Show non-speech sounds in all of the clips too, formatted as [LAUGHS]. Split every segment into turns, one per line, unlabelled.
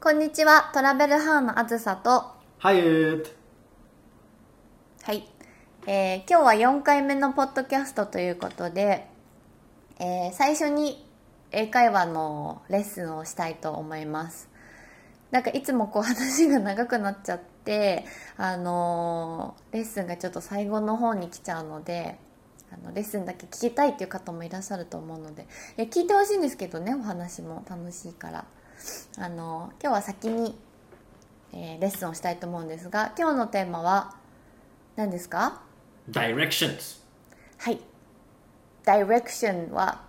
こんにちは、トラベルハーのあずさと。
ハイエット
はい。えー今日は4回目のポッドキャストということで、えー最初に英会話のレッスンをしたいと思います。なんかいつもこう話が長くなっちゃって、あのーレッスンがちょっと最後の方に来ちゃうので、あのレッスンだけ聞きたいっていう方もいらっしゃると思うので、いや聞いてほしいんですけどね、お話も楽しいから。あのー今日は先に、えーレッスンをしたいと思うんですが、今日のテーマは何ですか
Directions
はい Direction は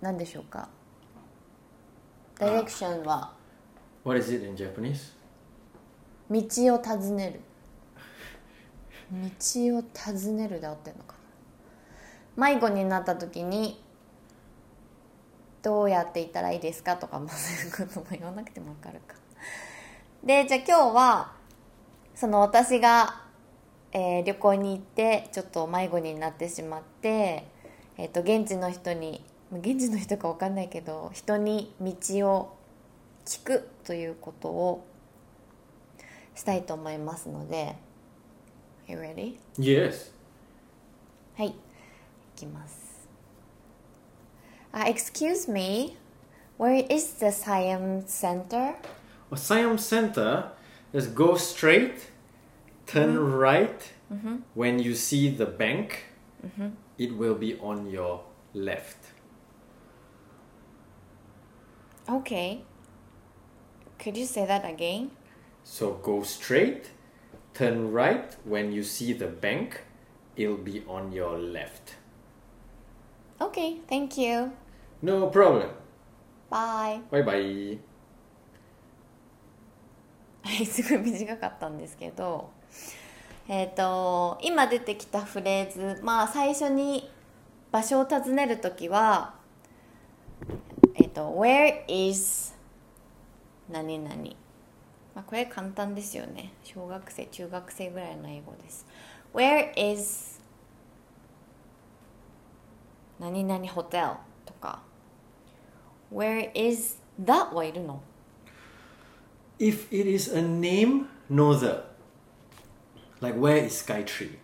何でしょうか Direction は
What is it in Japanese?
道を尋ねる道を尋ねるで合ってるのかな迷子になった時にどうやって行ったらいいですかとかもそういうことも言わなくても分かるかでじゃあ今日はその私が、えー旅行に行ってちょっと迷子になってしまって、えー、と現地の人に現地の人か分かんないけど人に道を聞くということをしたいと思いますので You ready?
Yes
はいいきます、u Excuse me Where is the Siam Center?
Siam Center is go straight turn right when you see the bank it will be on your left
Okay Could you say that again?
so go straight turn right when you see the bank it'll be on your left
Okay, thank you
no problem
Bye
バイバイ
はい、すごい短かったんですけど、えー、と今出てきたフレーズ、まあ、最初に場所を尋ねる時は「えー、と Where is 何々」まあ、これ簡単ですよね小学生中学生ぐらいの英語です「Where is 何々ホテル」とか「Where is that」はいるの
if it is a name know the like where is skytree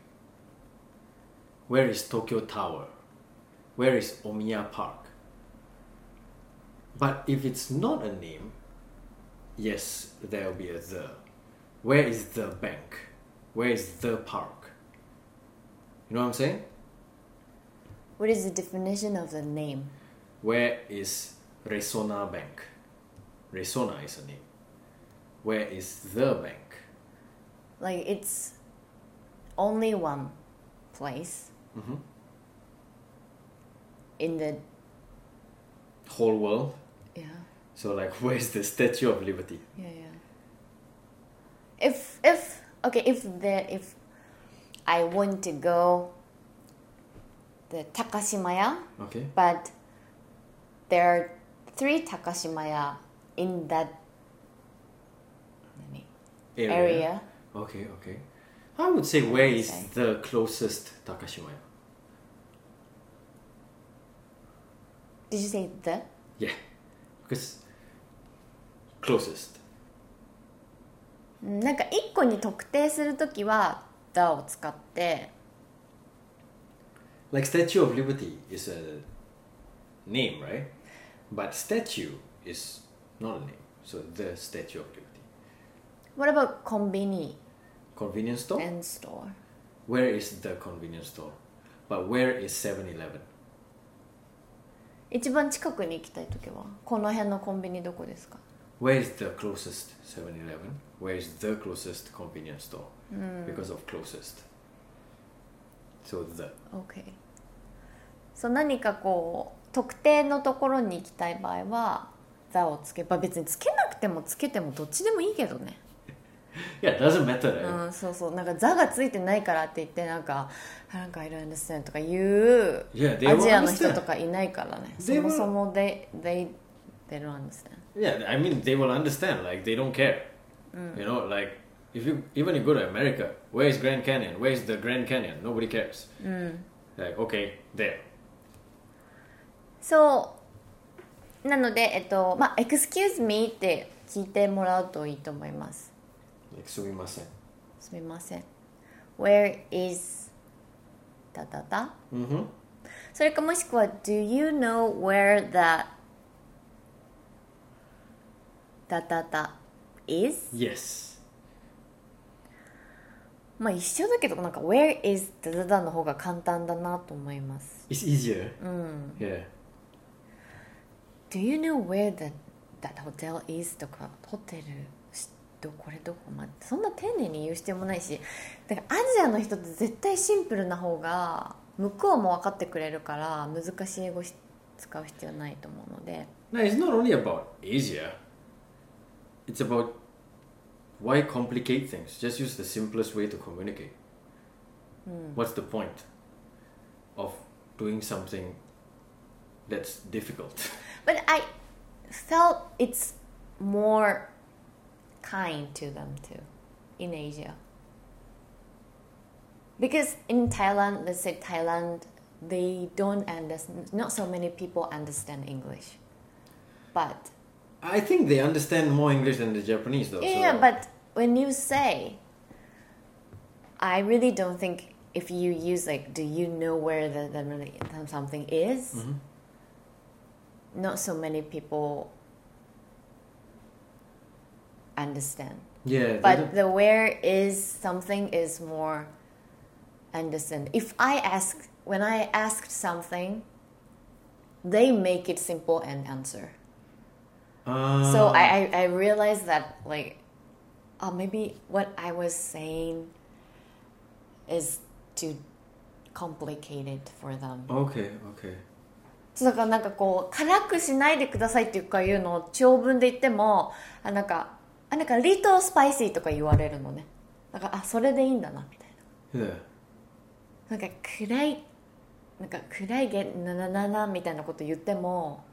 where is tokyo tower where is omiya park but if it's not a name yes there will be a the where is the bank where is the park you know what i'm saying
What is the definition of the name?
Where is Resona Bank? Resona is a name. Where is the bank?
like it's only one place
Mm-hmm.
in the
Whole world.
yeah
So like, [LAUGHS] where is the Statue of Liberty?
yeah yeah if if okay if the if i want to go the takashimaya
Okay.
but there are three takashimaya in that
Area.
area
Okay, okay. I would say where is
Okay.
the closest Takashimaya?
did you say the
Yeah, because closest.
なんか一個に特定するときは「だ」を使って、
Like Statue of Liberty is a name, right? But statue is not a name. So the Statue of Liberty.
What about コンビニ
Convenience store.
and store?
Where is the convenience store? But where is 7 Eleven?
一番近くに行きたい時はこの辺のコンビニどこですか
Where is the closest 7 Eleven? Where is the closest convenience store? Because of closest. So the.
OK そう何かこう特定のところに行きたい場合は「座」をつけば別につけなくてもつけてもどっちでもいいけどね
Yeah, it doesn't matter, right?
うんそうそうなんか「座」がついてないからって言ってなんか「あなんかいろいろですね」とか言う
Yeah, they
ア
will
ジアの人
understand.
とかいないからねそ
They will-
もそも they, they, they don't understand
Yeah, I mean they will understand. Like they don't care. You know, like if you even you go to America, where is Grand Canyon? Where is the Grand Canyon? Nobody cares. Like okay, there.
そうなのでえっとまあ「excuse me」って聞いてもらうといいと思います
Like, すみません。
すみません Where is だだだ
Mm-hmm.
それかもしくは Do you know where that だだだ is?
Yes.
まあ一緒だけどなんか Where is だだだの方が簡単だなと思います
It's easier. Yeah.
Do you know where the, that hotel is? とかホテルしどこれどこまでそんな丁寧に言う必要もないしだからアジアの人って絶対シンプルな方が向こうも分かってくれるから難しい英語し使う必要ないと思うので
No, it's not only about Asia. It's about why complicate things. Just use the simplest way to communicate.
Hmm.
What's the point of doing something that's difficult? [LAUGHS]
But I felt it's more kind to them too in Asia. Because in Thailand, let's say Thailand, they don't understand, not so many people understand English. But,
I think they understand more English than the Japanese, though.
yeah,
so
but when you say, I really don't think if you use like, do you know where the, the something
Mm-hmm.
is? Not so many people understand.
yeah, they
But
don't-
the where is something is more understand. If I ask when I ask something, they make it simple and answer.
Ah.
So I, I I realized that like, uh, maybe what I was saying is too complicated for them.
Ah, Okay, okay.
そうだからなんかこう辛くしないでくださいっていうかいうのを長文で言ってもあなんかあなんか「リトスパイシー」とか言われるのねだからあそれでいいんだなみたい
Yeah.
ななんか暗いなんか暗いげななななみたいなこと言っても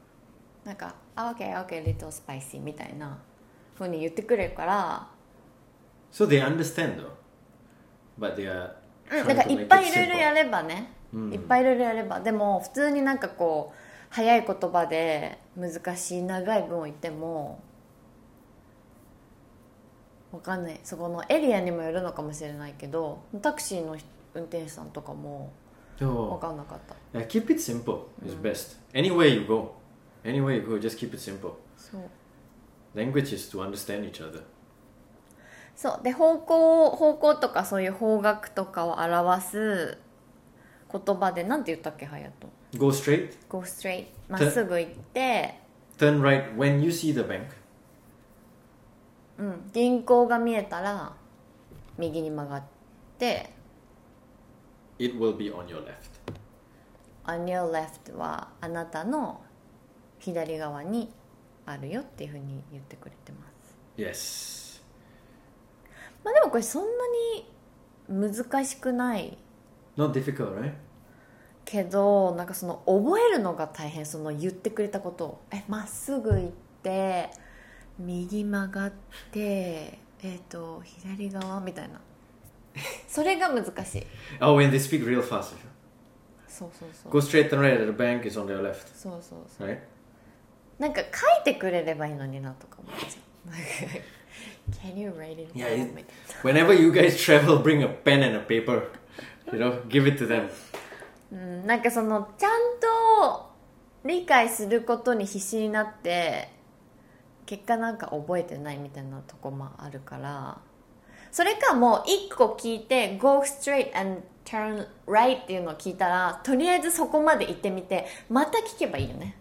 なんか「あオッケーオッケーリトスパイシー」みたいなふうに言ってくれるから、
So they understand though, but they are.
うん
trying
なんか
to
い
make
っぱい
it
いろいろ
simple.
やればね、いっぱいいろいろやればでも普通になんかこう早い言葉で難しい長い文を言ってもわかんないそこのエリアにもよるのかもしれないけどタクシーの運転手さんとかも
Oh.
わかんなかった
Yeah, keep it simple. It's best. Anywhere you go, anywhere you go, just keep it simple.
そう
Language is to understand each other.
そうで方向方向とかそういう方角とかを表す言葉でなんて言ったっけ隼人
Go straight,
Go straight まっすぐ行って、
turn right when you see the bank.
うん、銀行が見えたら右に曲がって
It will be on your left.
on your left はあなたの左側にあるよっていうふうに言ってくれてます
Yes.
まあでもこれそんなに難しくない
Not difficult, right?
けどなんかその覚えるのが大変その言ってくれたことをえまっすぐ行って右曲がってえっ、と左側みたいなそれが難しい
Oh, when they speak real fast.
そうそうそう
Go straight, turn right at the bank is on your left,
そうそうそう
right?
なんか書いてくれればいいのになとか思っちゃう [LAUGHS] なんか Can you write it? down？
いやいや
みたい
Whenever you guys [LAUGHS] travel, bring a pen and a paper. You know, give it to
な
them.
うんなんかそのちゃんと理解することに必死になって結果なんか覚えてないみたいなとこもあるからそれかもう一個聞いて Go straight and turn right っていうのを聞いたらとりあえずそこまで行ってみてまた聞けばいいよね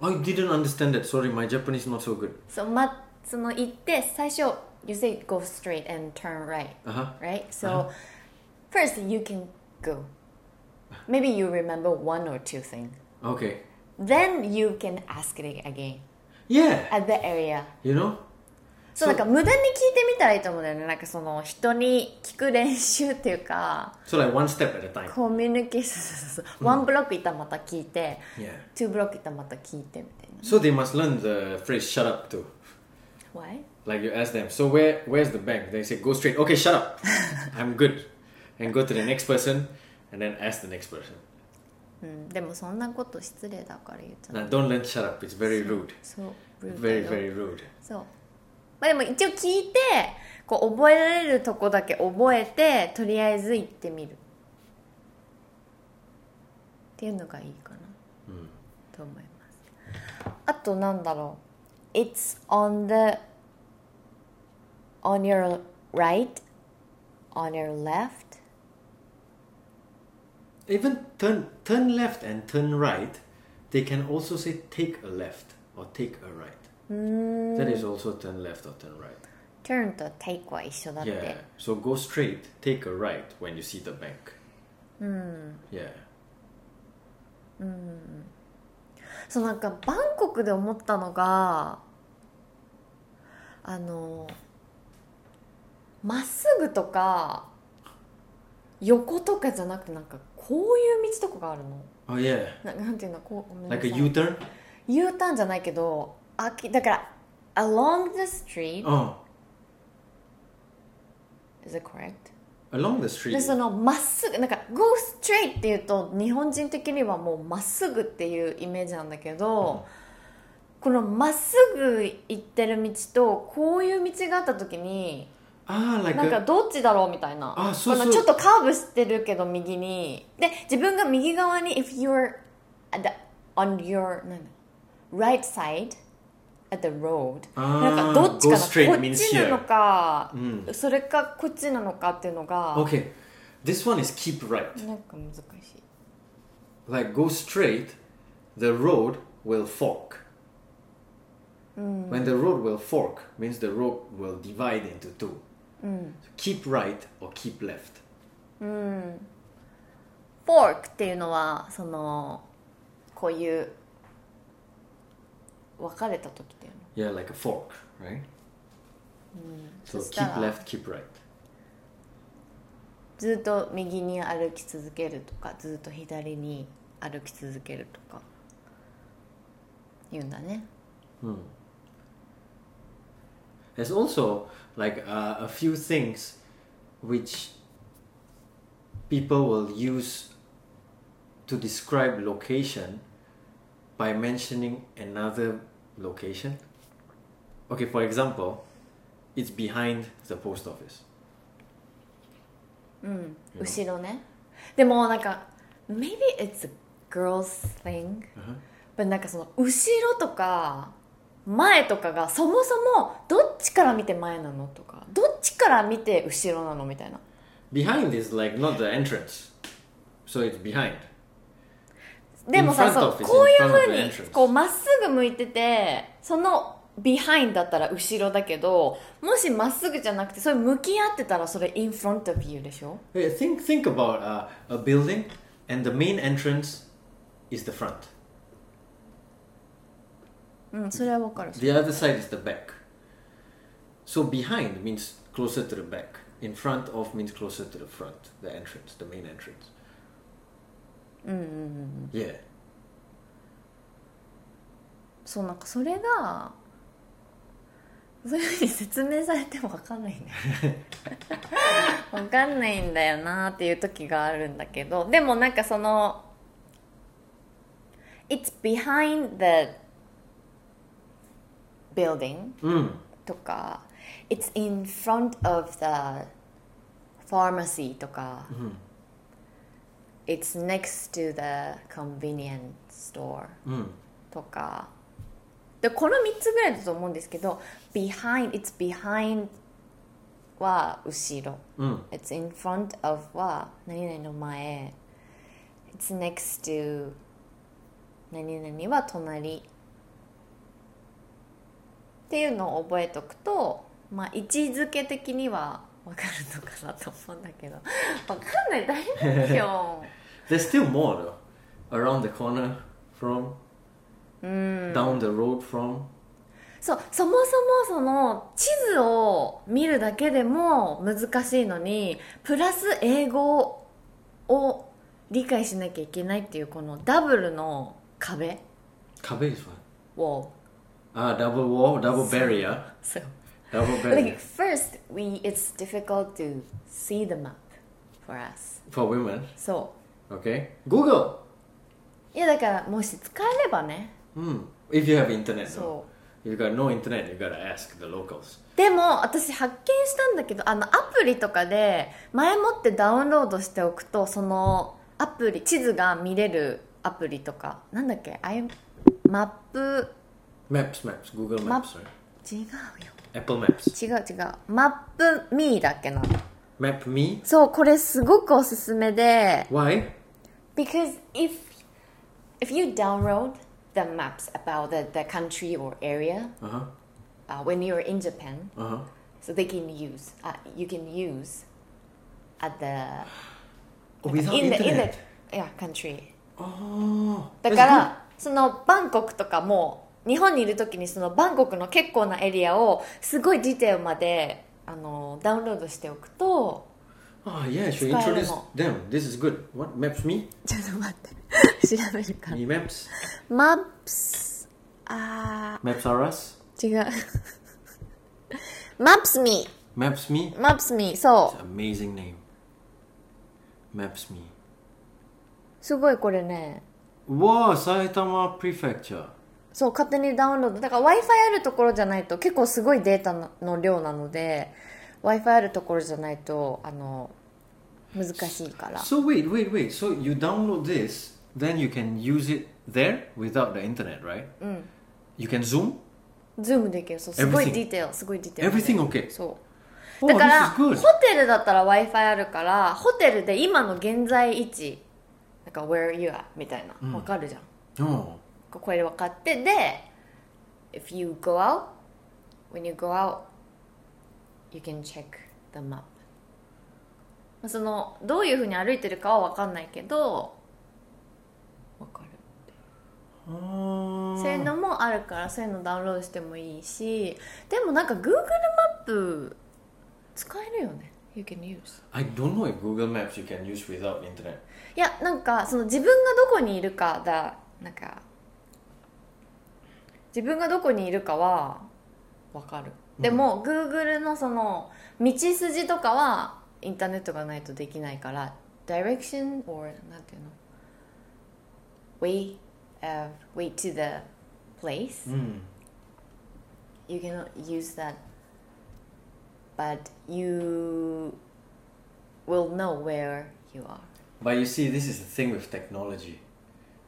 I Oh, didn't understand that. Sorry, my Japanese not so good.
そう、ま、その行って最初 You say go straight and turn right
Uh huh.
right? So first you can go. Maybe you remember one or two things.
Okay.
Then you can ask it again
Yeah.
at the area.
You know,
そうな
そうん
か無駄に聞いてみたらいいと思うんだよね。なんかその人に聞く練習っていうか、
so like one step at a time.
コミュニケーション、ワンブロックいったらまた聞いて、
Yeah.
ツーブロックいったらまた聞いてみたい
So they must learn the phrase "shut up" too.
な。Why?
Like you ask them, so where where's the bank? They say go straight. Okay, shut up. I'm good. And go to the next person, and then ask the next person.
うん、でもそんなこと失礼だから言っちゃう。
Now don't learn "shut up." It's very rude.
そう、ルールだ
Very
よ
very rude.
そう。まあでも一応聞いてこう覚えられるとこだけ覚えてとりあえず行ってみるっていうのがいいかな
うん
と思いますあとなんだろう It's on the on your right on your left
Even turn turn left and turn right, they can also say take a left or take a right. That is also turn left or turn right.
turn と take は一緒だって、
Yeah. So go straight, take a right when you see the bank. Yeah.
そうなんかバンコクで思ったのがあのまっすぐとか横とかじゃなくてなんかこういう道とかがあるの
Oh yeah.
ななんていうのこうごめんな
Like
さ
a
い
U turn.
U ターンじゃないけどあきだから along the street
Oh,
is it correct?
along the street.
でそのまっすぐなんか go straight っていうと日本人的にはもうまっすぐっていうイメージなんだけど、このまっすぐ行ってる道とこういう道があった時に
Ah, like
なんか
a,
どっちだろうみたいな
あそうそ
こ
う
のちょっとカーブしてるけど右にで自分が右側に if you're at the, on your なんだ right side at the road
あ
な
ー
んかどっちかな
go straight
こっ
means
ちなのか、
う
それかこっちなのかっていうのが、
okay. This one is keep right.
なんか難しい
Like go straight, the road will fork. When the road will fork means the road will divide into two. Keep right or keep left.
フォークっていうのはそのこういう別れた時だよね
Yeah, like a fork, right? So
そした
keep
ら
left, keep right.
ずっと右に歩き続けるとかずっと左に歩き続けるとか言うんだね
There's also like uh, a few things which people will use to describe location by mentioning another location. Okay, for example, it's behind the post office.
後ろねでもなんか maybe it's a girl's thing、but なんかその後ろとか前とかがそもそもどっちから見て前なのとかどっちから見て後ろなのみたいな
Behind is like not the entrance, so it's behind.
でもさ
In front
そう
of is
こういう
in front of
ふう
the
に
entrance.
こうまっすぐ向いててそのビハインだったら後ろだけどもしまっすぐじゃなくてそれ向き合ってたらそれ in front of you でしょ
Hey, think think about uh, a building, and the main entrance is the front.
うんそれはわかる
The other side is the back. So behind means closer to the back. In front of means closer to the front, the entrance, the main entrance. Yeah.
そうなんかそれがそういうふうに説明されてもわかんないねわかんないんだよなっていう時があるんだけどでもなんかその「It's behind the building」と
Mm,
か「It's in front of the pharmacy」とか「It's next to the convenience store」と
mm,
かでこの3つぐらいだと思うんですけど「behind」「it's behind」は後ろ
mm.
「it's in front of」は何々の前「it's next to」何々は隣っていうのを覚えとくとまあ位置づけ的には分かるのかなと思うんだけど分かんない大変よ
There's still more though. Around the corner from.
Mm.
Down the road from.
そうそもそもその地図を見るだけでも難しいのにプラス英語を理解しなきゃいけないっていうこのダブルの壁
Kabe is what?
を
Ah, double wall, double barrier,
そう [LAUGHS]
double barrier
like first we it's difficult to see the map for us
for women.
そ
Okay. Google.
ういやだからもし使えればね
Hmm. If you have internet. though.
そう
You got no internet, you gotta ask the locals.
でも私発見したんだけどあのアプリとかで前もってダウンロードしておくとそのアプリ地図が見れるアプリとかなんだっけあいマップ
Maps, maps, Google
Map-
Maps, right?
違うよ
Apple Maps.
違う違うマップミーだっけな
Map me.
そうこれすごくおすすめで
Why?
Because if if you download the maps about the, the country or area
Uh huh.
uh, when you're in Japan,
Uh huh.
so they can use uh, you can use at the
Oh, without
in the in the
internet.
yeah country.
Oh.
だ
that's
からそのバンコクとかも日本にいる時にそのバンコクの結構なエリアをすごいディテールまであのダウンロードしておくと
good. Oh yeah, should
Sky
introduce
remote.
them. This is good. What maps me?
ちょっと待って [LAUGHS] 調べるか
Me maps.
マップスあ
Maps are us.
ー違う [LAUGHS] マップスミ
Maps me.
マップスミそ
It's an amazing name. Maps me.
うすごいこれね
Wow, Saitama Prefecture.
そう勝手にダウンロードだから w i f i あるところじゃないと結構すごいデータのの量なので w i f i あるところじゃないとあの難しいから
So wait, wait, wait. So you download this, then you can use it there without the internet, right?
Mm.
You can zoom.
ズームできるそうすごい
Everything.
ディテールすごいディテール
Everything okay.
そうだ
Oh,
から
this
ホ
is good.
テルだったら w i f i あるからホテルで今の現在位置なんか where you are みたいなわかるじゃん
Oh,
これ分かってで if you go out when you go out you can check the map まあそのどういうふうに歩いてるかは分かんないけど分かる
oh.
そういうのもあるからそういうのダウンロードしてもいいしでもなんか Google マップ使えるよね You can use
I don't know if Google Maps you can use without internet.
いやなんかその自分がどこにいるかだなんか自分がどこにいるかはわかるでも、Google のその道筋とかはインターネットがないとできないから direction or なんていうの way,、uh, way to the place
Mm.
you cannot use that but you will know where you are
But you see, this is the thing with technology.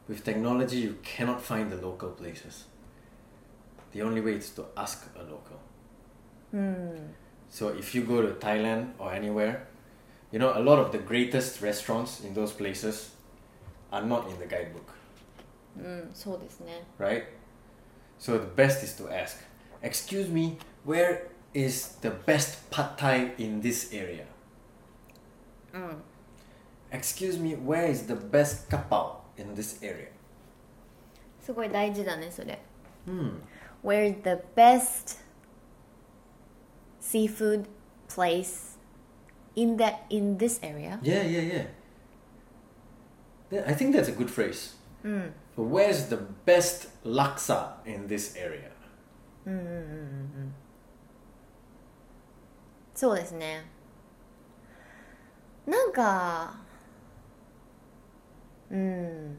With technology, you cannot find the local places. The only way is to ask a local. So if you go to Thailand or anywhere, you know, a lot of the greatest restaurants in those places are not in the guidebook,
うんそうですね
right? So the best is to ask, Excuse me, where is the best pad thai in this area? Excuse me, where is the best kapao in this area?
すごい大事だねそれ
Hmm.
Where's the best seafood place in the in this area?
Yeah, yeah, yeah. Th- I think that's a good phrase.
Hmm.
But where's the best laksa in this area?
そうですねなんかうん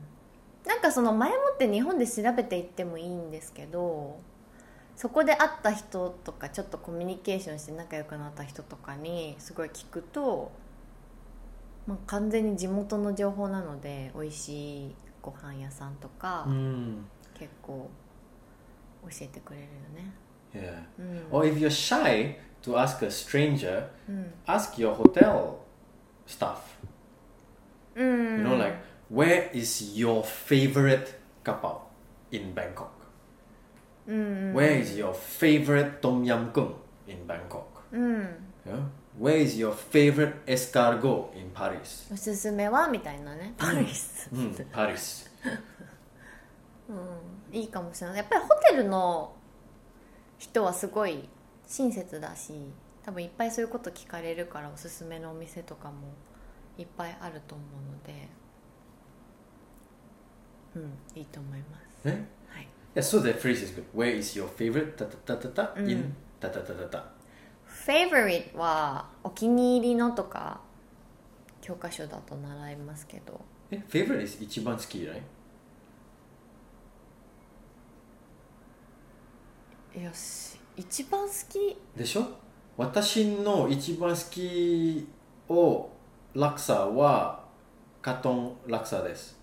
なんかその前もって日本で調べていってもいいんですけどそこで会った人とかちょっとコミュニケーションして仲良くなった人とかにすごい聞くと、まあ、完全に地元の情報なので美味しいご飯屋さんとか
Mm.
結構教えてくれるよね。
Yeah.
うん、
Or if you're shy to ask a stranger,
うん、
ask your hotel staff.
うん、
You know, like, where is your favorite kapau in Bangkok?
うん、
Where is your favorite tom yam kung in Bangkok?
うん、
Yeah? Where is your favorite escargot in Paris?
おすすめはみたいなねパリス
Hmm, Paris.
いいかもしれないやっぱりホテルの人はすごい親切だし多分いっぱいそういうこと聞かれるからおすすめのお店とかもいっぱいあると思うのでうんいいと思います、
Eh?
はい、
Yeah, so that phrase is good. Where is your favorite ta ta ta ta ta in ta ta ta ta ta?
favorite はお気に入りのとか教科書だと習いますけど
Eh, favorite is ichiban ski, right?
よし一番好き
でしょ私の一番好きをラクサはカトンラクサです。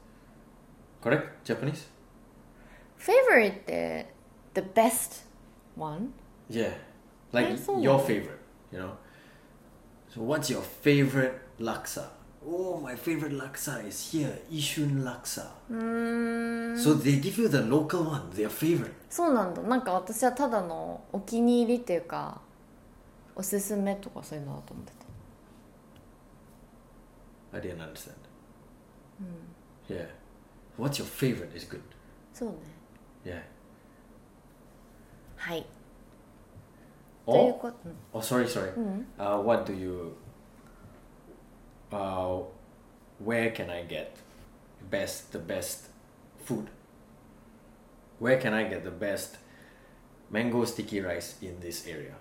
correct? Japanese?
favorite って the best one
Yeah. Like
えそうなの
your favorite, you know? So what's your favorite laksa? Oh, my favorite laksa is here, Ishun laksa.
うーん
So they give you the local one, their favorite.
そうなんだなんか私はただのお気に入りっていうかおすすめとかそういうのだと思ってた
I didn't understand. Yeah. What's your favorite is good.
そうね
Yeah.
はいという
Or,
こと
oh, sorry, sorry.
うん
Uh, what do you? Uh, where can I get best the best food? Where can I get the best mango sticky rice in this area?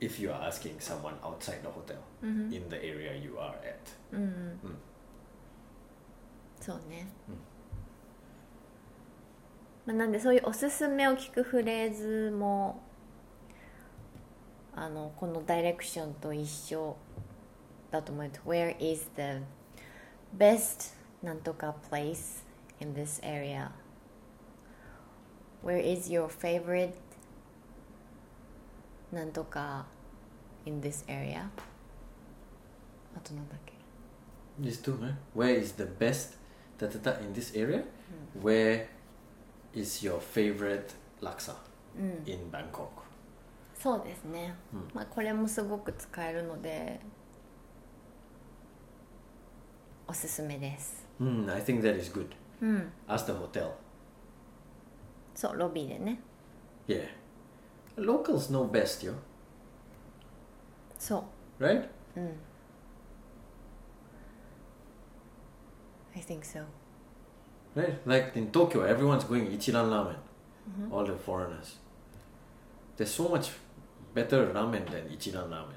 If you are asking someone outside the hotel
うん
in the area you are at,
うんうんそうね、まあ、なんでそういうおすすめを聞くフレーズもあのこのダイレクションと一緒だと思います Where is the best なんとか place in this area? Where is your favorite なんとか in this area? あとなんだっけ
these two, right? Where is the best ta ta ta in this area? Where is your favorite laksa in Bangkok?
そうですね、まあ、これもすごく使えるのでおすすめです、
Hmm, I think that is good.
うん、
Ask the hotel.
そうロビーでね
Yeah. Locals know best, yo.
そう
Right?
I think so
Right. Like in Tokyo, everyone's going Ichiran Ramen. All the foreigners. There's so much better ramen than Ichiran Ramen.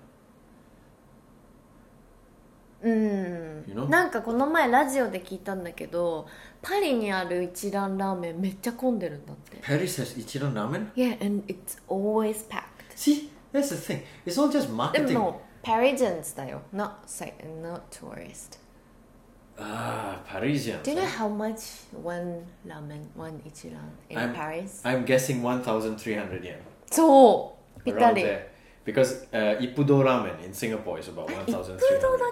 うん、
You know?
なんかこの前ラジオで聞いたんだけどパリにある一蘭ラーメンめっちゃ混んでるんだって
Paris has Ichiran Ramen?
Yeah and it's always packed
See, that's the thing. It's all just
で
marketing.
も Parisians だよ not, say- not tourist
Ah, Parisians.
Do you know
huh?
how much one ramen, one ichiran in
I'm-
Paris?
I'm guessing 1,300 yen.
そうぴった
Around
り。
there. Because uh, Ippudo Ramen in Singapore is about
あれ一風堂だ
1,300 yen.
っ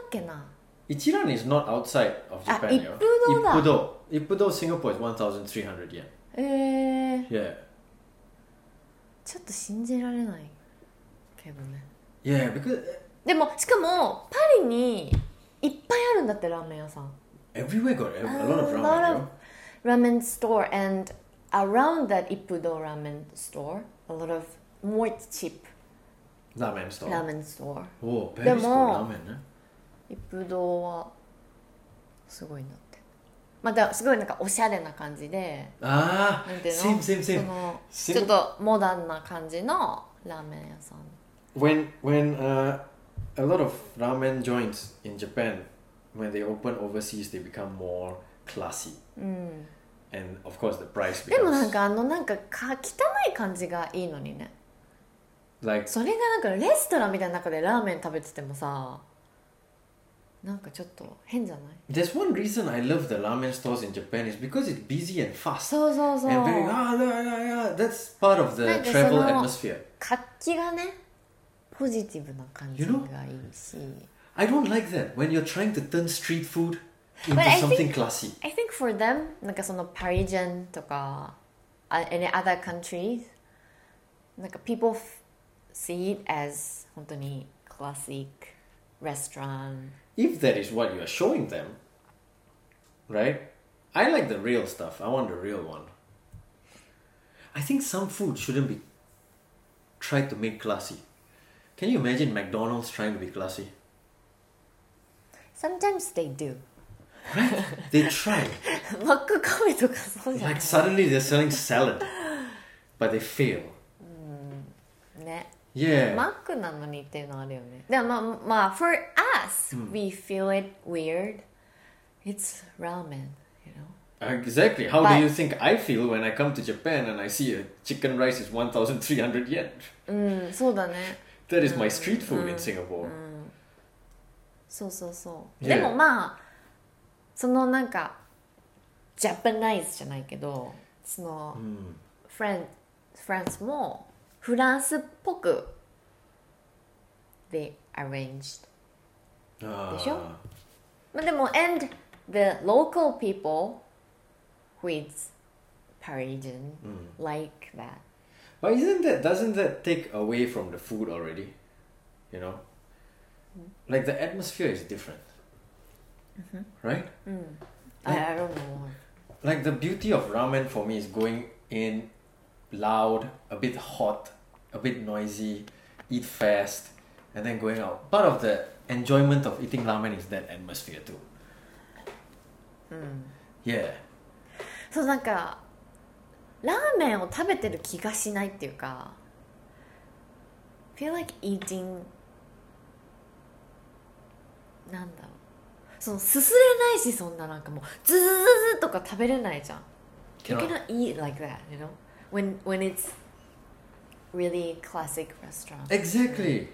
けな
Ichiran is not outside of
Ah,
Japan. yo.
Ippudo da.
Ippudo. Ippudo, Singapore is 1,300 yen.
えー、
Yeah.
ちょっと信じられないけどね。
Yeah, because uh,
でも、しかも、パリにいっぱいあるんだって、ラーメン屋さん。
everywhere got a, a lot of
A
ramen.
Uh, lot
yo.
of ramen store and around that Ippudo ramen store, a lot of more cheap
Ramen store.
ramen store.
Oh, Paris got
Demo.
ramen. Huh?
一風堂はすごいなってまあだからすごいなんかおしゃれな感じで
Ah,
なんていうの
same, same,
そ
same.
の
シン
ちょっとモダンな感じのラーメン屋さん
When when uh, a lot of ramen joints in Japan, when they open overseas, they become more classy,
うん、
and of course the price
でもなん
becomes
かあのなんかか汚い感じがいいのにね
like
それがなんかレストランみたいな中でラーメン食べててもさなんかちょっと変じゃない
There's one reason I love the ramen stores in Japan is because it's busy and fast.
そうそうそう
And very ah yeah, yeah, yeah. That's part of the
Like, there's
travel
a lot-
atmosphere.
活気がねポジティブな感じ
You
が
know?
いいし、
I don't like that when you're trying to turn street food into
But I
something classy.
I think for them なんかその Parisian とかあ any other countries なんか people f- see it as 本当に classic restaurant
If that is what you are showing them, right? I like the real stuff. I want the real one. I think some food shouldn't be tried to make classy. Can you imagine McDonald's trying to be classy?
sometimes they do [LAUGHS]
they try.
マックカフェとかそうじゃない
Like suddenly they're selling salad, but they fail.
ね
Yeah.
マックなのにっていうのあるよねでもまあまあ for us we feel it weird it's ramen you know
Exactly. How
But-
do you think I feel when I come to Japan and I see a chicken rice is 1,300 yen?
うんそうだね
That is my street food in Singapore.
そうそうそう、
Yeah.
でもまあそのなんかジャパナイズじゃないけどその、フランフランスもフランスっぽく they arranged
Ah.
でしょまあでも and the local people who is Parisian、like that
But isn't that doesn't that take away from the food already? You know, like the atmosphere is different, right?
I, I don't know
Like the beauty of ramen for me is going in loud, a bit hot, a bit noisy, eat fast, and then going out. Part of the enjoyment of eating ramen is that atmosphere too. Yeah.
そうなんかラーメンを食べてる気がしないっていうか feel like eating なんだろうそのすすれないしそんななんかもうズズズズとか食べれないじゃん You cannot
Cannot.
eat like that, you know? When when it's really classic restaurant.
Exactly.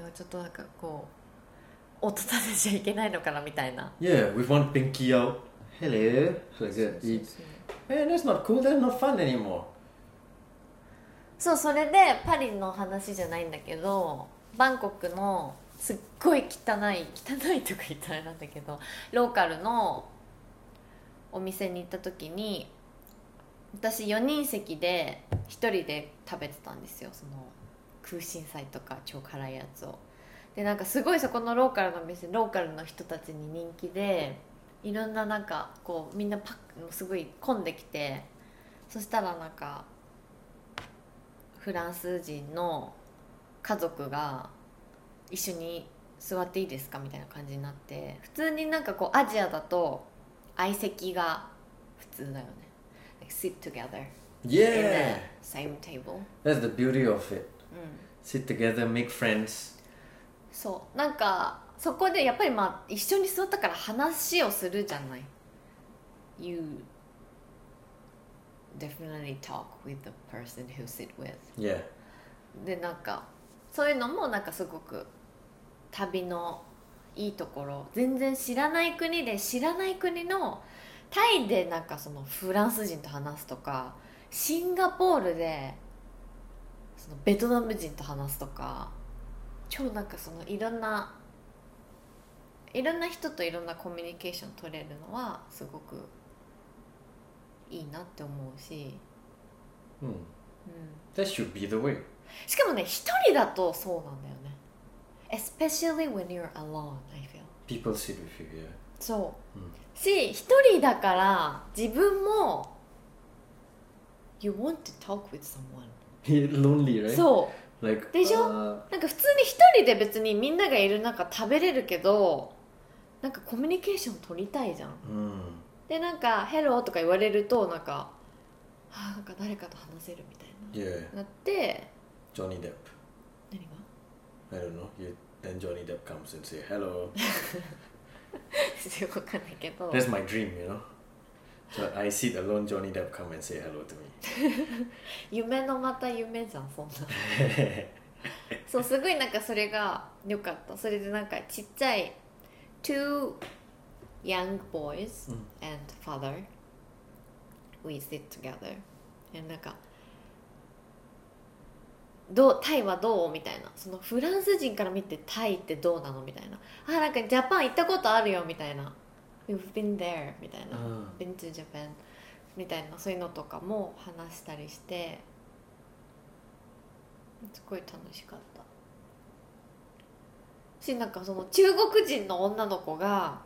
なんかちょっとなんかこう音立てちゃいけないのかなみたいな。
Yeah, with one pinky out. Hello. Like that. Eat. Man, that's not cool. That's not fun anymore.
そうそれでパリの話じゃないんだけどバンコクのすっごい汚い汚いとか言ったらあれなんだけどローカルのお店に行った時に私4人席で1人で食べてたんですよその空心菜とか超辛いやつを。でなんかすごいそこのローカルの店ローカルの人たちに人気でいろんななんかこうみんなパックすごい混んできてそしたらなんかフランス人の家族が一緒に座っていいですかみたいな感じになって普通になんかこうアジアだと相席が普通だよね。Like, sit together in
Yeah.
the same table、
That's the beauty of it.
うん、
Sit together, make friends.
そうなんかそこでやっぱりまあ一緒に座ったから話をするじゃない You definitely talk with the person who sit with
Yeah.
でなんかそういうのもなんかすごく旅のいいところ全然知らない国で知らない国のタイでなんかそのフランス人と話すとかシンガポールでそのベトナム人と話すとか超なんかそのいろんないろんな人といろんなコミュニケーション取れるのはすごくいいなって思うし、
Hmm.
うん、
That should be the way.
しかもね一人だとそうなんだよね especially when you're alone I feel
People sit with you, yeah. [LAUGHS]
そう、
うん
し一人だから自分も You want to talk with someone、
Lonely, right?
そう
like
でしょ？
uh,
なんか普通に一人で別にみんながいる中食べれるけどなんかコミュニケーション取りたいじゃん
mm.
でなんか「ヘロー」とか言われるとなんか「はあなんか誰かと話せる」みたい
Yeah.
ななって
Johnny Depp.
何が
I don't know. You, then Johnny Depp comes and say hello.
[LAUGHS] よくわかんないけど
That's my dream, you know. So I sit alone. Johnny Depp come and say hello to [LAUGHS]
夢のまた夢じゃんそんな
me.
そうすごいなんかそれが良かったそれでなんかちっちゃい two young boys
うん
and father we sit together and なんかどうタイはどうみたいなそのフランス人から見てタイってどうなのみたいなあなんかジャパン行ったことあるよみたいな We've been there みたいな、
Ah.
been to Japan みたいなそういうのとかも話したりしてすごい楽しかったしなんかその中国人の女の子が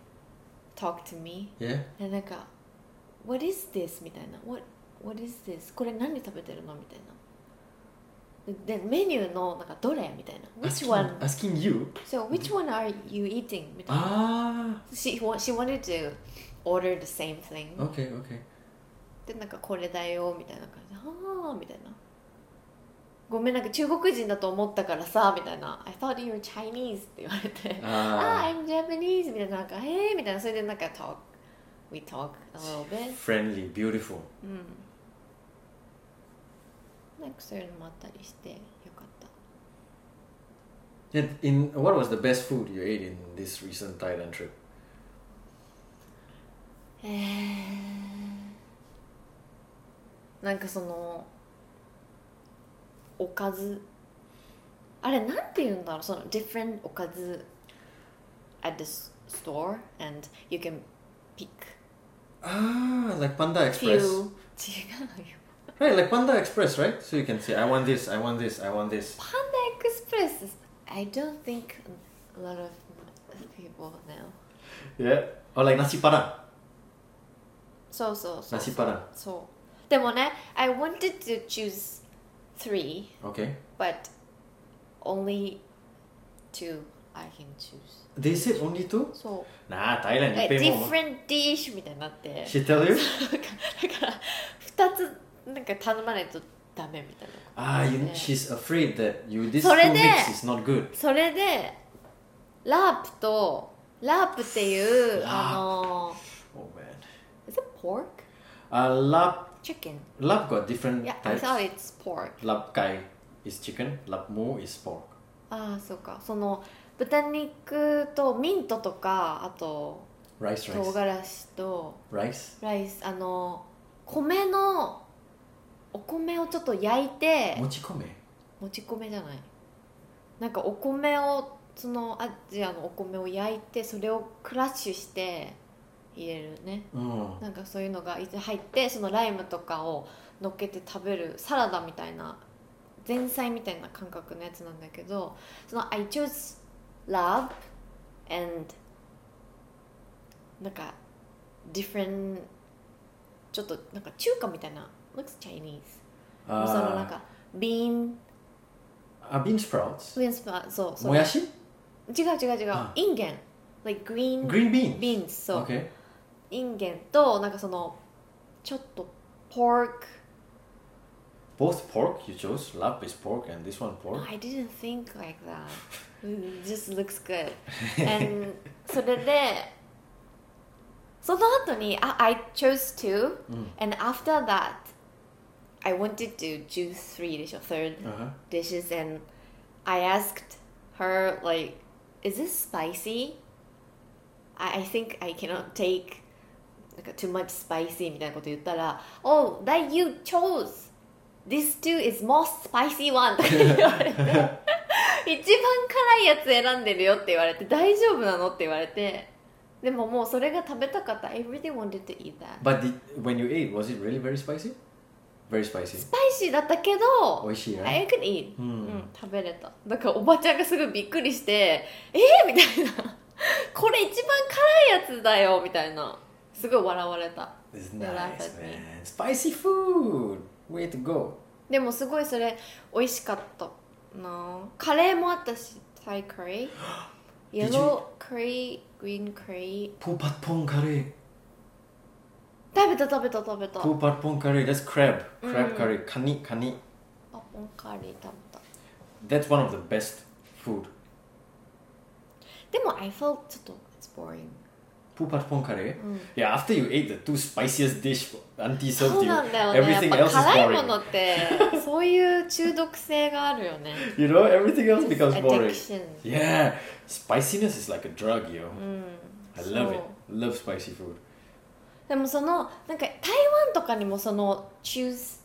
「talk to me
yeah.」
でなんか「what is this?」みたいな「what, what is this? これ何食べてるの?」みたいなででメニューのなんかどれみたいな「which
Asking-
one?」
Asking you.
So which one are you eating? みたいな
Ah.
she, wa- she wanted to order the same thing、
Okay. Okay.
でなんかこれだよみたいな感じでああみたいなごめんなんか中国人だと思ったからさみたいな「I thought you were Chinese」って言われて「ああ
Ah.
I'm Japanese」みたいななんか「へえ」みたいなそれでなんか talk we talk a little bit.
friendly, beautiful.
うん。なんかそういうのもあったりしてよかった。
And in what was the best food you ate in this recent Thailand trip?
えーなんかそのおかずあれなんて言うんだろうその different おかず at the s- store and you can pick
Ah, like Panda
few 違
Express.
うよ
Right, like Panda Express, right? So you can say, I want this, I want this, I want this.
パンダエクスプレス I don't think a lot of people know
Yeah. Or like Nasi Padang.
そうそうそう
Nasi Padang.
そうでもね I wanted to choose three
Okay.
but only two I can choose.
They said only two?
そう。
Nah, Thailand, you
え、
pay more.
different
mah.
dish みたいになって。
She tell you?
そうだから、だから2つなんか頼まないとダメみたいな。
Ah, you,
Yeah.
she's afraid that you this
そ
food
れで
mix is not good.
それで、ラープと、ラープっていう、
ラープ
あの、
Oh man.
is it pork?
Uh, lap,
Chicken?
lap got different
Yeah, I
types.
thought it's pork.
Lap kai is chicken, lap mu is pork.
ああ、そうか。その、豚肉とミントとか、あと、
Rice,
唐
rice.
辛子と、
Rice?
ライスあの米のお米をちょっと焼いて
Mochi kome.
もち米じゃないなんかお米をそのアジアのお米を焼いてそれをクラッシュして入れるね
Oh.
なんかそういうのが入ってそのライムとかを乗っけて食べるサラダみたいな前菜みたいな感覚のやつなんだけどその I chose love and なんか different ちょっとなんか中華みたいな looks Chinese そのなん
Uh,
かビーン
uh, bean sprouts.
ウィンスパそうそう違う
Moyashi?
違う違う
あ
インゲン like green
Green beans.
Mm. beans そう
Okay.
インゲンとなんかそのちょっと pork
Both pork you chose. Lap is pork and this one pork.
I didn't think like that. It just looks good. And
[LAUGHS]
それでその後にあ I chose two、
うん
and after that I wanted to choose three でしょ third
Uh-huh.
dishes and I asked her like is this spicy? I, I think I cannot take なんか too much spicy みたいなこと言ったら Oh that you chose this too is more spicy one [LAUGHS] とか言われて一番辛いやつ選んでるよって言われて大丈夫なのって言われてでももうそれが食べたかった I really wanted to eat that
But did, when you ate, was it really very spicy? Very spicy.
スパイシーだったけど
Oishi, right?
Oh, I could eat
う
うんん、食べれただからおばちゃんがすごいびっくりして「えー!」みたいな [LAUGHS] 「これ一番辛いやつだよ」みたいなすごい笑われた
It's
They laugh
nice,
at me.
man. Spicy food. Way to go.
でもすごいそれ美味しかったなカレーもあったしタイカレ
[GASPS]
ーイエ
you-
ローカレーグリーンカレー
Pupat pong curry.
食べた食べた食べたパ
Pupat pong curry. That's crab. Crab
Oh. Mm.
curry. Kani kani.
ポンカレー食べた
That's one of the best food.
でも I felt ちょっと it's boring
Pupat pong curry.
Mm.
Yeah, after you ate the two spiciest dish auntie
そ
served
う
you,
なんだよねやっ
everything
ぱ
else is
辛いも
boring.
のって
[LAUGHS]
そういう中毒性があるよね
You know, everything else becomes boring.
addiction
Yeah, spiciness is like a drug, yo.
うん、
I love it.
そう
Love spicy food.
でもそのなんか台湾とかにもその choose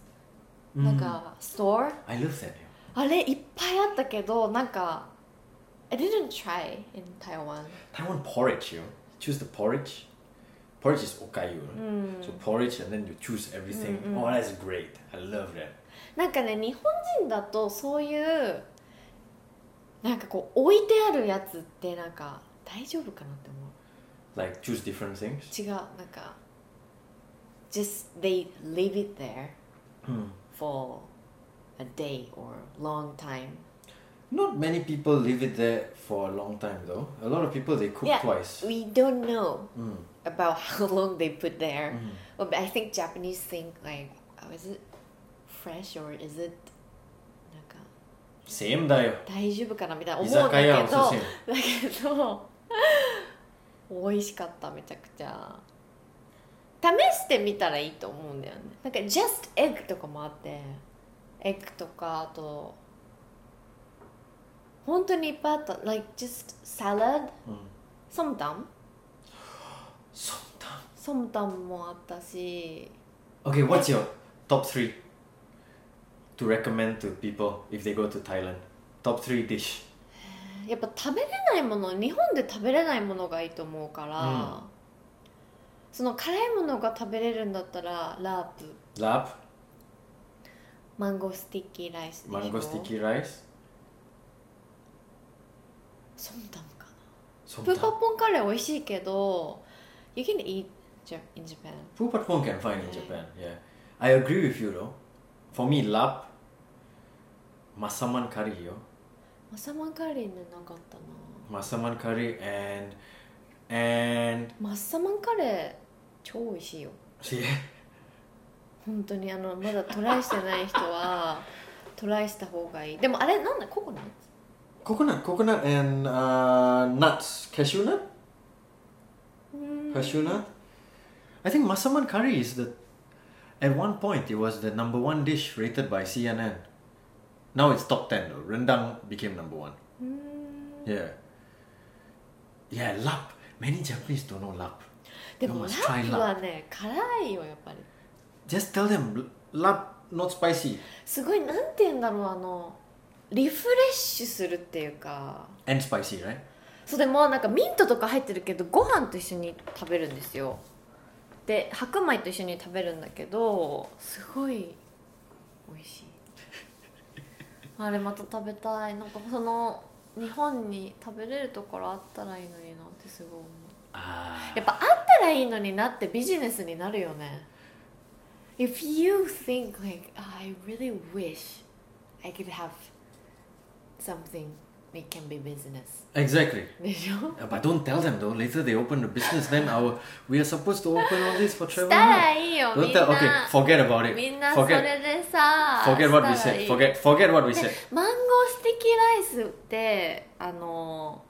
なんか store、
I love that. yo.
あれいっぱいあったけどなんか I didn't try in Taiwan
Taiwan porridge, you choose the porridge. Porridge is okayu, right?
うん、
so porridge, and then you choose everything.
Mm, mm.
Oh, that's great. I love that.
なんかね日本人だとそういうなんかこう置いてあるやつってなんか大丈夫かなって思う
Like choose different things.
違うなんか just they leave it there
Hmm.
for a day or long time
Not many people leave it there for a long time, though. A lot of people they cook
Yeah.
twice.
we don't know
Mm.
about [LAUGHS] how long they put there.
Mm.
But I think Japanese think like, oh, is it fresh or is it なんか
Same dayo.
大丈夫かなみたいな思うんだけ
Izakaya
ど、
also
だ [LAUGHS]
same.
けど美味しかっためちゃくちゃ。試してみたらいいと思うんだよねなんか just egg とかもあってエッグとかあと本当にいっぱいあった like just salad
うん
ソムタン
ソムタン
ソムタンもあったし
Okay, what's your top three to recommend to people if they go to Thailand? Top three dish.
やっぱ食べれないもの日本で食べれないものがいいと思うから、
うん
その辛いものが食べれるんだったらラープ
Lab,
マンゴースティッキーライスでしょ
mango sticky rice,
ソムタンかなプ
Som
ーパ
Tam.
ポンカレー美味しいけど You can eat Ja- in Japan
Pho Pat Pong can find in Japan, yeah. I agree with you though. For me, lab, masaman curry, yo.
マサマンカレーねなかったな
Masaman curry and... And... [LAUGHS]
マッサマンカレー超美味しいよ
See,
本当にあのまだトライしてない人はトライした方がいいでもあれなんだココナッツ
coconut, coconut and uh, nuts. Cashew nut?
うーん
Hashuna. I think Masaman curry is the. At one point, it was the number one dish rated by CNN. Now it's top 10 though. Rendang became number one.
うーん
Yeah. Yeah, lap. Many Japanese don't know lap.
でもラ
You must try
ップはね辛いよやっぱり
Just tell them lap, not spicy.
すごいなんて言うんだろうあのリフレッシュするっていうか
And spicy, right?
そうでもなんかミントとか入ってるけどご飯と一緒に食べるんですよで白米と一緒に食べるんだけどすごい美味しいあれまた食べたいなんかその日本に食べれるところあったらいいのになってすごい思う
Ah.
やっぱあったらいいのになってビジネスになるよね If you think like I really wish I could have something it can be business [LAUGHS]
Exactly.
でしょ
Uh, But don't tell them though. Later they open the business, then our we are supposed to open all this for
し
travel.
た
now.
らいいよみ
Don't
んな
tell. Okay, forget about
み
it.
んなそれ
Forget.
でさ
Forget what we
したらい
said.
い
Forget forget what we said.
マンゴースティキライスってあの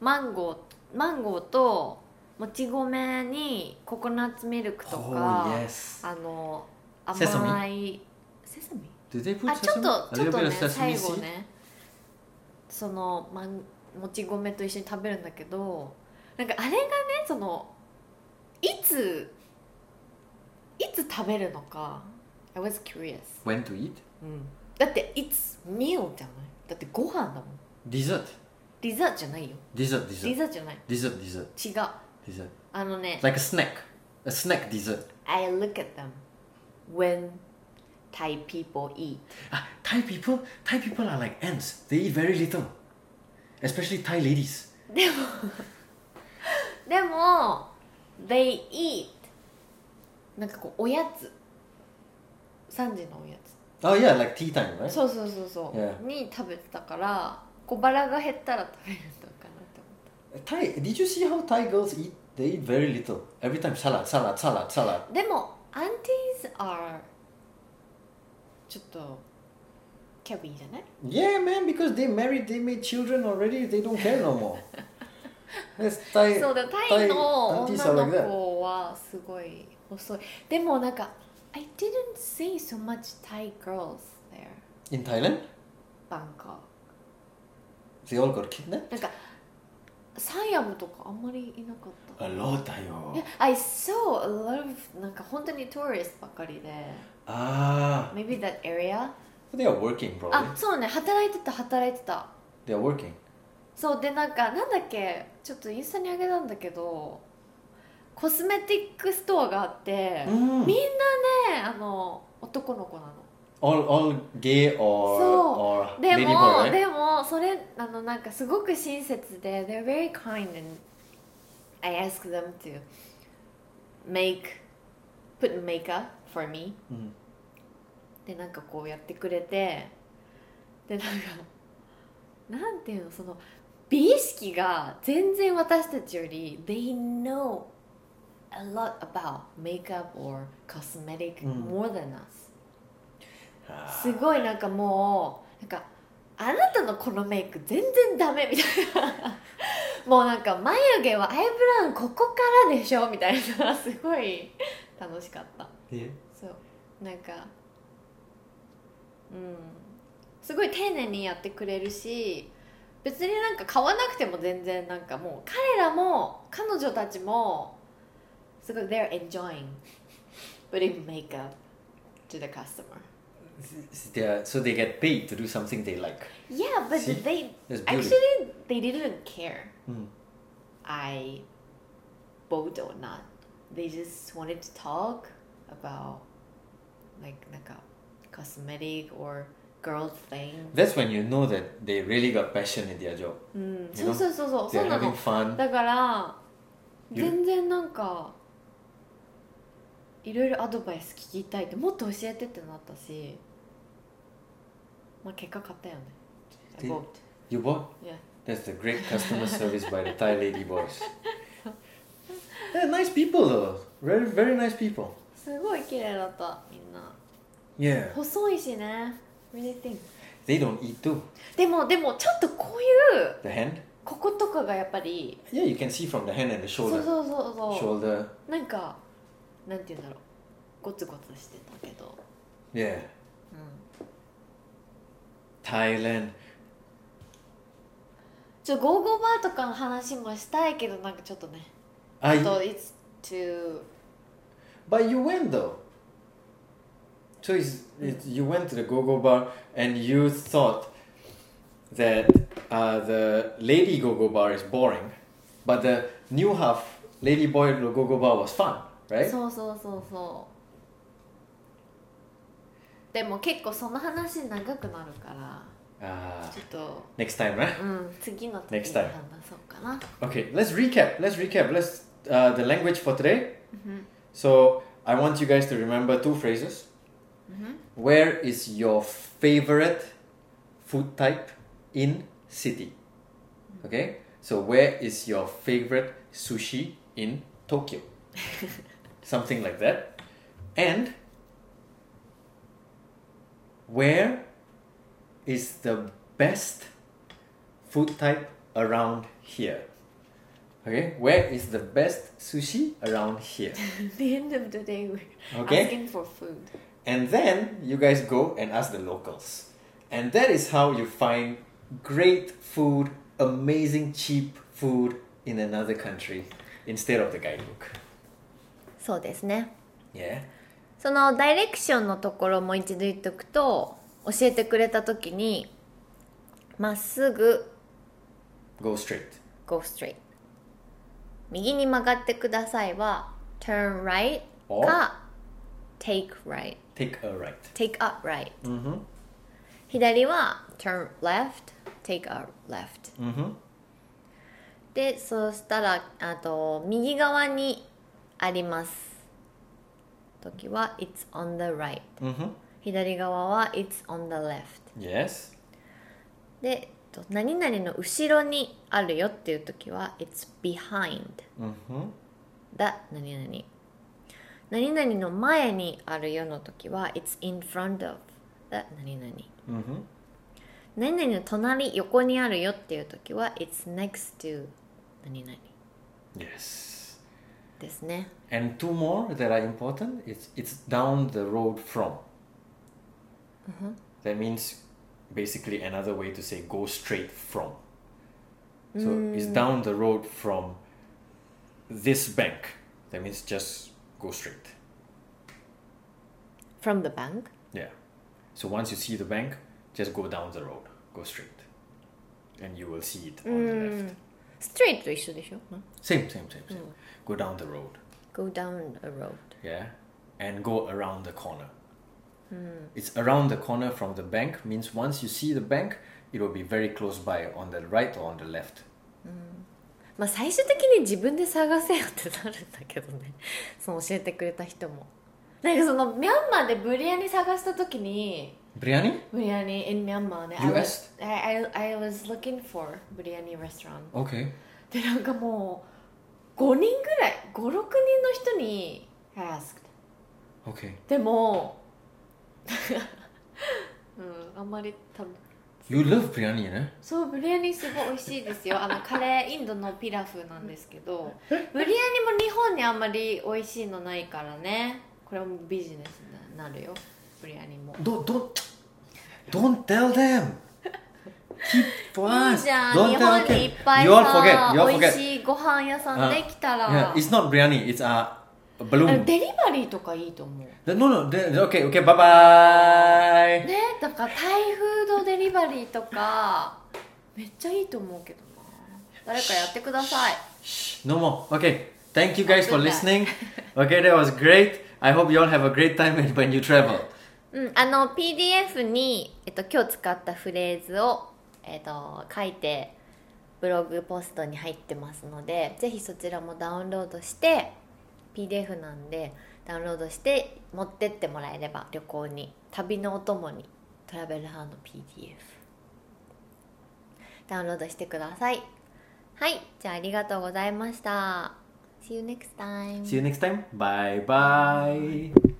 マンゴーマンゴーともち米にココナッツミルクと
Oh
か、
yes.
あの甘い
セサミ
セサミ
Did they put
あちょっ
sesame?
とち
A
ょっ
little
と
bit
ね
of
最
sesame
後
seed?
ねそのまんもち米と一緒に食べるんだけどなんかあれがねそのいついつ食べるのか I was curious、
When to eat?
うん、だって It's meal じゃないだってご飯だもん
Dessert.
ディザートじゃないよ
Dessert,
ディ
dessert.
ザートじゃない
Dessert, dessert,
違う
dessert.
あのね
Like a snack. A snack dessert.
I look at them when Thai people eat
Ah, Thai people, Thai people are like ants. They eat very little. Especially Thai ladies.
でもでも they eat なんかこうおやつ3時のおや
Oh yeah, like tea time,
つ
right?
そうそうそうそう、
Yeah.
に食べてたから小腹が減ったら食べるのかなって思っ
Thai, did you see how Thai girls eat? They eat very little. Every time salad, salad, salad, salad.
たでも aunties are ちょっとキャビーじゃない
Yeah, man, because they married, they made children already. They don't care
[LAUGHS]
no more. That's Thai.
そうだタイの
aunties
女
are like
の
that.
子はすごい細いでもなんか I didn't see so much Thai girls there
In Thailand,
Bangkok
they all got kidnapped.
なんかサイアムとかあんまりいなかった。
A lot, だよ。
いや I saw a lot of なんか本当に tourist ばっかりで
Ah,
Maybe that area?
they are working probably.
あそうね働いてた働いてた
They are working.
そうでなんかなんだっけちょっとインスタにあげたんだけどコスメティックストアがあって、
Mm.
みんなねあの男の子なの
All all gay or
So,
or
で
lady
も
boy, right?
でもそれあのなんかすごく親切で They're very kind and I ask them to make put makeup for me
うん
でなんかこうやってくれてでなんかなんていうのその美意識が全然私たちより They know a lot about makeup or cosmetic
うん
more than us、
Ah.
すごいなんかもうなんかあなたのこのメイク全然ダメみたいな [LAUGHS] もうなんか眉毛はアイブラウンここからでしょみたいな [LAUGHS] すごい楽しかった
え
そうなんかうんすごい丁寧にやってくれるし別になんか買わなくても全然なんかもう彼らも彼女たちもすごい they're enjoying putting makeup to the customer
They are, so they get paid to do something they like.
yeah but
See?
they
That's beauty.
actually they didn't care
Mm.
I bought or not. They just wanted to talk about like なんか cosmetic or girl thing.
That's when you know that they really got passion in their job.
うん、
You
そ
know?
うそうそうそう、そう
They're
な
having
の。
fun.
だから全
You-
然なんかいろいろアドバイス聞きたいってもっと教えてってなったし、まあ結果買ったよね。I
Did-
bought.
You bought?
Yeah.
That's the great customer service by the Thai lady boys. They're nice people though. Very, very nice people.
すごい綺麗だったみんな。
Yeah.
細いしね。Really thin.
They don't eat too.
でもでもちょっとこういう
The hand?
こことかがやっぱり
Yeah, you can see from the hand and the
そう
shoulder.
そうそうそ
Shoulder.
うなんかなんて言うんだろうゴツゴツしてたけど、
Yeah.
うん、
Thailand.
ちょっとゴーゴーバーとかの話もしたいけどなんかちょっとね
I,
ちょっと it's too
But you went though. So it's, it's, you went to the go-go bar and you thought that uh, the lady go-go bar is boring, but the new half lady boy go-go bar was fun, right?
そうそうそうそうでも結構その話長くなるから
Ah,
ちょっと
next time, right?
うん次の時
Next
に
time.
話そうかな
Okay, let's recap. Let's recap. Let's uh, the language for today.
うん
So I want you guys to remember two phrases.
うんうん
Where is your favorite food type in city? Okay, so where is your favorite sushi in Tokyo? Something like that. And where is the best food type around here? Okay, where is the best sushi around here?
[LAUGHS] The end of the day we're
Okay.
asking for food
And then you guys go and ask the locals. And that is how you find great food, amazing cheap food in another country instead of the guidebook.
そうですね
Yeah.
そのダイレクションのところも一度言っとくと教えてくれた時にまっすぐ
Go straight.
go straight 右に曲がってくださいは turn right
お
か take right
Take a right.
take up right
Mm-hmm.
左は turn left take up left
Mm-hmm.
でそしたらあと右側にあります時は it's on the right
Mm-hmm.
左側は it's on the left
Yes.
で、えっと何々の後ろにあるよっていう時は It's behind
Mm-hmm.
だ何々何々の前にあるよの時は It's in front of だ何々
Mm-hmm.
何々の隣横にあるよっていう時は It's next to 何々
Yes.
ですね
And two more that are important. It's it's down the road from. That means basically another way to say go straight from. So
Hmm.
it's down the road from this bank. That means just go straight.
from the bank
Yeah. So once you see the bank, just go down the road. Go straight. And you will see it on
Hmm.
the left.
ストレートと一緒でしょ、ん
Same, same, same, same. Go down the road.
Go down a road
yeah and go around the corner it's around the corner from the bank means once you see the bank it will be very close by on the right or on the left
まあ最終的に自分で探せよってなるんだけどね [LAUGHS] その教えてくれた人もなんかそのミャンマーでブリアニ探した時に
biryani
ブリアニ in ミャンマーね
US?
I, was- I, I was looking for ブリアニ restaurant
okay
でなんかもう5人ぐらい56人の人に I asked
okay
[LAUGHS] でもうんあんまり多分
You love biryani, eh?
そうブリアニすごい美味しいですよあのカレーインドのピラフなんですけどブリアニも日本にあんまり美味しいのないからねこれもビジネスになるよブリアニも
Don't don't don't tell them. Keep for
い
us.
いじゃん
Don't
日
tell
本
them.
にいっぱい
You all forget. You
さ
all
美
forget.
味しいご飯屋さんできたら、
Yeah, it's not biryani. It's uh, a balloon.
あのデリバリーとかいいと思う
The- no, no. the- okay, okay. Bye bye.
ねだからタイフードデリバリーとかめっちゃいいと思うけどな誰かやってください
No more. Okay. Thank you guys for
Good luck.
listening. Okay, that was great. I hope you all have a great time [LAUGHS] when- when you travel.
うん、あの PDF に、えっと、今日使ったフレーズを、えっと、書いてブログポストに入ってますのでぜひそちらもダウンロードして PDF なんでダウンロードして持ってってもらえれば旅行に旅のお供にトラベルハーの PDF ダウンロードしてくださいはいじゃあありがとうございました See you next time
See you next time. Bye bye.